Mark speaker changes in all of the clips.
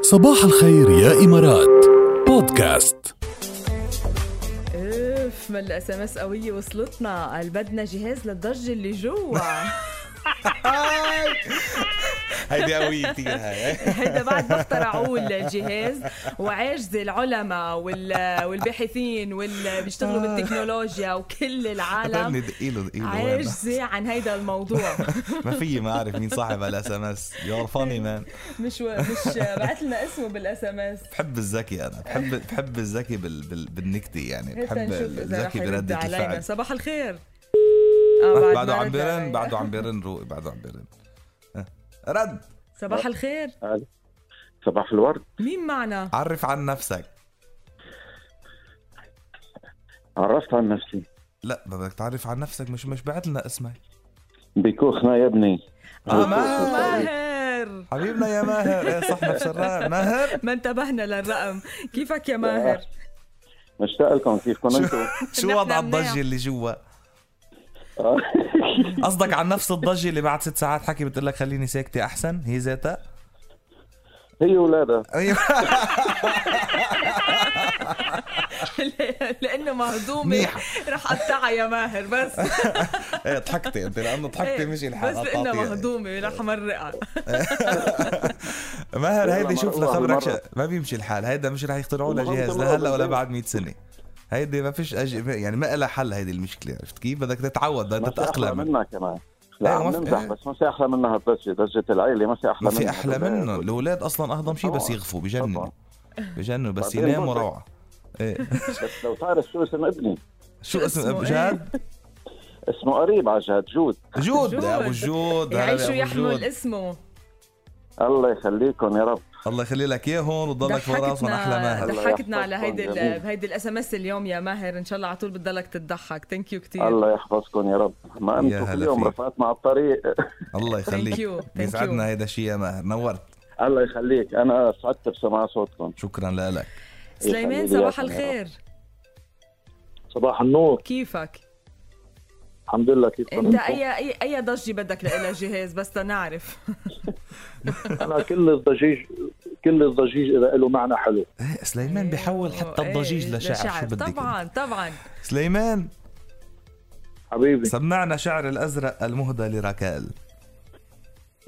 Speaker 1: صباح الخير يا إمارات بودكاست
Speaker 2: اوف ما الاس ام اس قويه وصلتنا قال بدنا جهاز للضجه اللي جوا
Speaker 3: هيدي قوية كثير هاي
Speaker 2: هيدا بعد ما اخترعوه الجهاز وعاجز العلماء وال- والباحثين واللي بيشتغلوا
Speaker 3: آه.
Speaker 2: بالتكنولوجيا وكل
Speaker 3: بدني
Speaker 2: العالم
Speaker 3: دقيله دقيله وين؟
Speaker 2: عاجزه عن هيدا الموضوع
Speaker 3: ما في ما اعرف مين صاحب هالاس ام اس يور فاني مان
Speaker 2: مش مش بعت لنا اسمه بالاس ام اس
Speaker 3: بحب الذكي انا بحب بحب الذكي بال... بال... بالنكتة يعني بحب
Speaker 2: هسا نشوف اذا رح
Speaker 3: الذكي
Speaker 2: يرد
Speaker 3: بردة
Speaker 2: علينا
Speaker 3: الفعل
Speaker 2: صباح الخير
Speaker 3: بعد
Speaker 2: آه،
Speaker 3: بعده
Speaker 2: ما
Speaker 3: عم
Speaker 2: رد
Speaker 3: بيرن
Speaker 2: علينا.
Speaker 3: بعده عم بيرن روقي بعده عم بيرن ها. رد
Speaker 2: صباح الخير
Speaker 4: صباح الورد
Speaker 2: مين معنا
Speaker 3: عرف عن نفسك
Speaker 4: عرفت عن نفسي
Speaker 3: لا ما بدك تعرف عن نفسك مش مش بعت لنا اسمك
Speaker 4: بيكوخنا يا ابني
Speaker 3: آه،
Speaker 2: ماهر
Speaker 3: حبيبنا يا ماهر ايه صح نفس الرقم ماهر
Speaker 2: ما انتبهنا للرقم كيفك يا ماهر
Speaker 4: مشتاق لكم كيفكم انتم
Speaker 3: شو
Speaker 2: نحن
Speaker 3: وضع
Speaker 2: مناح.
Speaker 3: الضجة اللي جوا
Speaker 4: آه.
Speaker 3: قصدك عن نفس الضجة اللي بعد ست ساعات حكي بتقول لك خليني ساكتة أحسن هي ذاتها
Speaker 4: هي ولادها
Speaker 3: أيوة.
Speaker 2: لانه مهضومه
Speaker 3: منيح.
Speaker 2: رح قطعها يا ماهر بس إيه،
Speaker 3: ايه ضحكتي انت لانه ضحكتي مش الحال
Speaker 2: بس لانه
Speaker 3: قطعتيها.
Speaker 2: مهضومه رح مرقها
Speaker 3: ماهر هيدي
Speaker 4: يلا
Speaker 3: شوف
Speaker 4: مرة-
Speaker 3: لخبرك
Speaker 4: مرة.
Speaker 3: ش- ما بيمشي الحال هيدا مش رح يخترعوا لها
Speaker 4: والله
Speaker 3: جهاز
Speaker 4: مرة
Speaker 3: لا هلا ولا
Speaker 4: بالزبط.
Speaker 3: بعد 100 سنه هيدي ما فيش أج... يعني ما لها حل هيدي المشكله عرفت كيف بدك تتعود بدك
Speaker 4: ما في احلى
Speaker 3: تتاقلم
Speaker 4: منها كمان
Speaker 3: إيه،
Speaker 4: لا
Speaker 3: ما
Speaker 4: عم
Speaker 3: في-
Speaker 4: نمزح
Speaker 3: إيه.
Speaker 4: بس ما في احلى منها هالضجه ضجه العيله ما في احلى
Speaker 3: ما في
Speaker 4: منها
Speaker 3: احلى
Speaker 4: هالولاد.
Speaker 3: منه الاولاد اصلا اهضم شيء بس
Speaker 4: طبعاً.
Speaker 3: يغفوا بجننوا
Speaker 4: طبعاً.
Speaker 3: بجننوا بس
Speaker 4: بعدين
Speaker 3: يناموا
Speaker 4: برجع.
Speaker 3: روعه إيه.
Speaker 4: بس لو تعرف شو اسم ابني
Speaker 3: شو
Speaker 2: شو
Speaker 3: اسم
Speaker 2: اسمه؟ إيه؟
Speaker 3: جاد
Speaker 4: اسمه قريب على جهاد جود
Speaker 3: جود
Speaker 2: جود.
Speaker 3: يا ابو جود هلا
Speaker 2: يعيش
Speaker 3: بأبو
Speaker 2: ويحمل
Speaker 3: جود.
Speaker 2: اسمه
Speaker 4: الله يخليكم يا رب
Speaker 3: الله يخلي لك اياهم وتضلك فوق راسنا احلى
Speaker 2: ضحكتنا
Speaker 3: ماهر
Speaker 4: الله
Speaker 2: ضحكتنا على
Speaker 4: يحفظكم
Speaker 2: هيدي
Speaker 4: جميع.
Speaker 2: ال- بهيدي الاس ام اس اليوم يا ماهر ان شاء الله على طول بتضلك تضحك ثانك يو كثير
Speaker 4: الله يحفظكم يا رب ما
Speaker 3: يا
Speaker 4: انتم
Speaker 3: هلا
Speaker 4: كل يوم
Speaker 3: فيك.
Speaker 4: رفقاتنا على الطريق
Speaker 3: الله
Speaker 2: ثانك
Speaker 3: يخليك
Speaker 2: يو ثانك
Speaker 3: يسعدنا
Speaker 2: يو
Speaker 3: هيدا الشيء يا ماهر نورت
Speaker 4: الله يخليك انا سعدت بسماع صوتكم
Speaker 3: شكرا لك
Speaker 2: سليمان
Speaker 4: يخليك
Speaker 2: صباح
Speaker 4: يا رب.
Speaker 2: الخير
Speaker 4: صباح النور
Speaker 2: كيفك
Speaker 4: الحمد لله كيفكم
Speaker 2: انت اي اي اي ضجه بدك لها جهاز بس تنعرف
Speaker 4: انا كل الضجيج كل الضجيج اذا له معنى حلو
Speaker 3: إيه، سليمان بيحول حتى
Speaker 2: إيه،
Speaker 3: الضجيج لشعر شو بدك أنت؟
Speaker 2: طبعا طبعا
Speaker 3: سليمان
Speaker 4: حبيبي
Speaker 3: سمعنا شعر الازرق المهدى لركال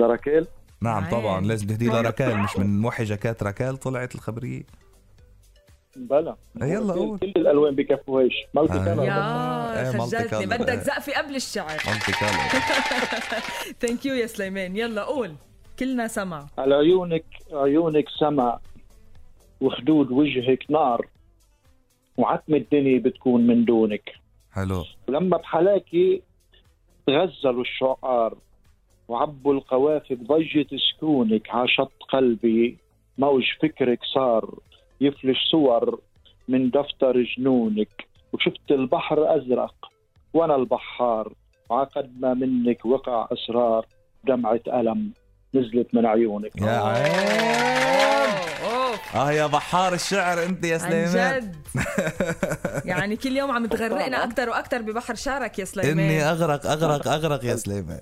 Speaker 4: ركيل
Speaker 3: نعم طبعا
Speaker 2: عين.
Speaker 3: لازم تهديه لركال مش من موحي جاكات ركال طلعت الخبريه
Speaker 5: بلا
Speaker 3: آه، يلا
Speaker 5: كل-
Speaker 3: قول
Speaker 5: كل الالوان بكفوهاش مالتي
Speaker 3: آه.
Speaker 5: كلر
Speaker 3: إيه،
Speaker 2: يا خجلتني
Speaker 3: منطقة.
Speaker 2: بدك زقفه قبل الشعر
Speaker 3: منطقي هلا.
Speaker 2: ثانك يو يا سليمان يلا قول كلنا سمع
Speaker 5: على عيونك عيونك سما وخدود وجهك نار وعتم الدنيا بتكون من دونك
Speaker 3: حلو
Speaker 5: ولما بحلاكي تغزلوا الشعار وعبوا القوافي بضجة سكونك عشط قلبي موج فكرك صار يفلش صور من دفتر جنونك وشفت البحر أزرق وأنا البحار وعقد ما منك وقع أسرار دمعة ألم نزلت من عيونك
Speaker 3: يا عين
Speaker 2: أوه،
Speaker 3: اه يا بحار الشعر انت يا
Speaker 2: عن
Speaker 3: سليمان
Speaker 2: جد يعني كل يوم عم تغرقنا اكثر واكثر ببحر شعرك يا
Speaker 3: اني
Speaker 2: سليمان
Speaker 3: اغرق اغرق اغرق يا سليمان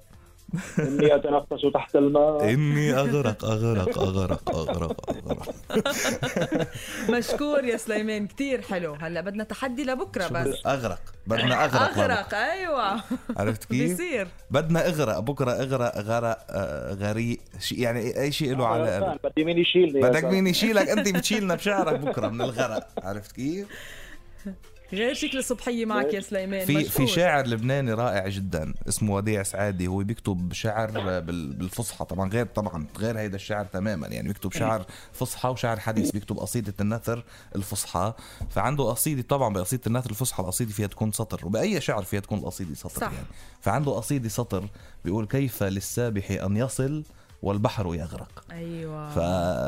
Speaker 5: إني أتنفس تحت الماء
Speaker 3: اني اغرق اغرق اغرق اغرق اغرق
Speaker 2: مشكور يا سليمان كثير حلو هلا بدنا تحدي لبكره بس
Speaker 3: اغرق بدنا اغرق مرة.
Speaker 2: اغرق ايوه
Speaker 3: عرفت كيف
Speaker 2: بيصير
Speaker 3: بدنا اغرق بكره اغرق غرق آه، غريق شيء يعني اي شيء له علاقه
Speaker 5: بدي مين يشيلني يا
Speaker 3: بدك
Speaker 5: زلمة.
Speaker 3: مين يشيلك انت بتشيلنا بشعرك بكره من الغرق عرفت كيف
Speaker 2: غير شكل الصبحيه معك يا سليمان
Speaker 3: في
Speaker 2: مشكور.
Speaker 3: في شاعر لبناني رائع جدا اسمه وديع سعادي هو بيكتب شعر بال- بالفصحى طبعا غير طبعا غير هيدا الشعر تماما يعني بيكتب شعر فصحى وشعر حديث بيكتب قصيده النثر الفصحى فعنده قصيده طبعا بقصيده النثر الفصحى القصيده فيها تكون سطر وباي شعر فيها تكون القصيده سطر
Speaker 2: صح.
Speaker 3: يعني فعنده قصيده سطر بيقول كيف للسابح ان يصل والبحر يغرق
Speaker 2: ايوه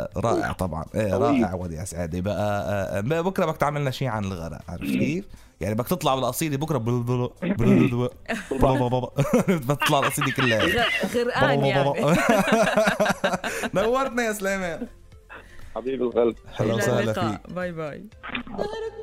Speaker 3: فرائع طبعا ايه رائع وديع سعادي بقى آه، آه، بكره بدك تعملنا شيء عن الغرق عرفت كيف؟ يعني بدك تطلع بالقصيده بكره بلو- بلو- بلو- بلو- بلو- بابا بابا بدك تطلع القصيده كلها
Speaker 2: غ-
Speaker 3: بابا
Speaker 2: غرقان
Speaker 3: بابا
Speaker 2: يعني
Speaker 3: بابا. نورتنا يا سليمان
Speaker 5: حبيب القلب
Speaker 3: اهلا
Speaker 2: إلى
Speaker 3: وسهلا
Speaker 2: اللقاء.
Speaker 3: فيك
Speaker 2: باي باي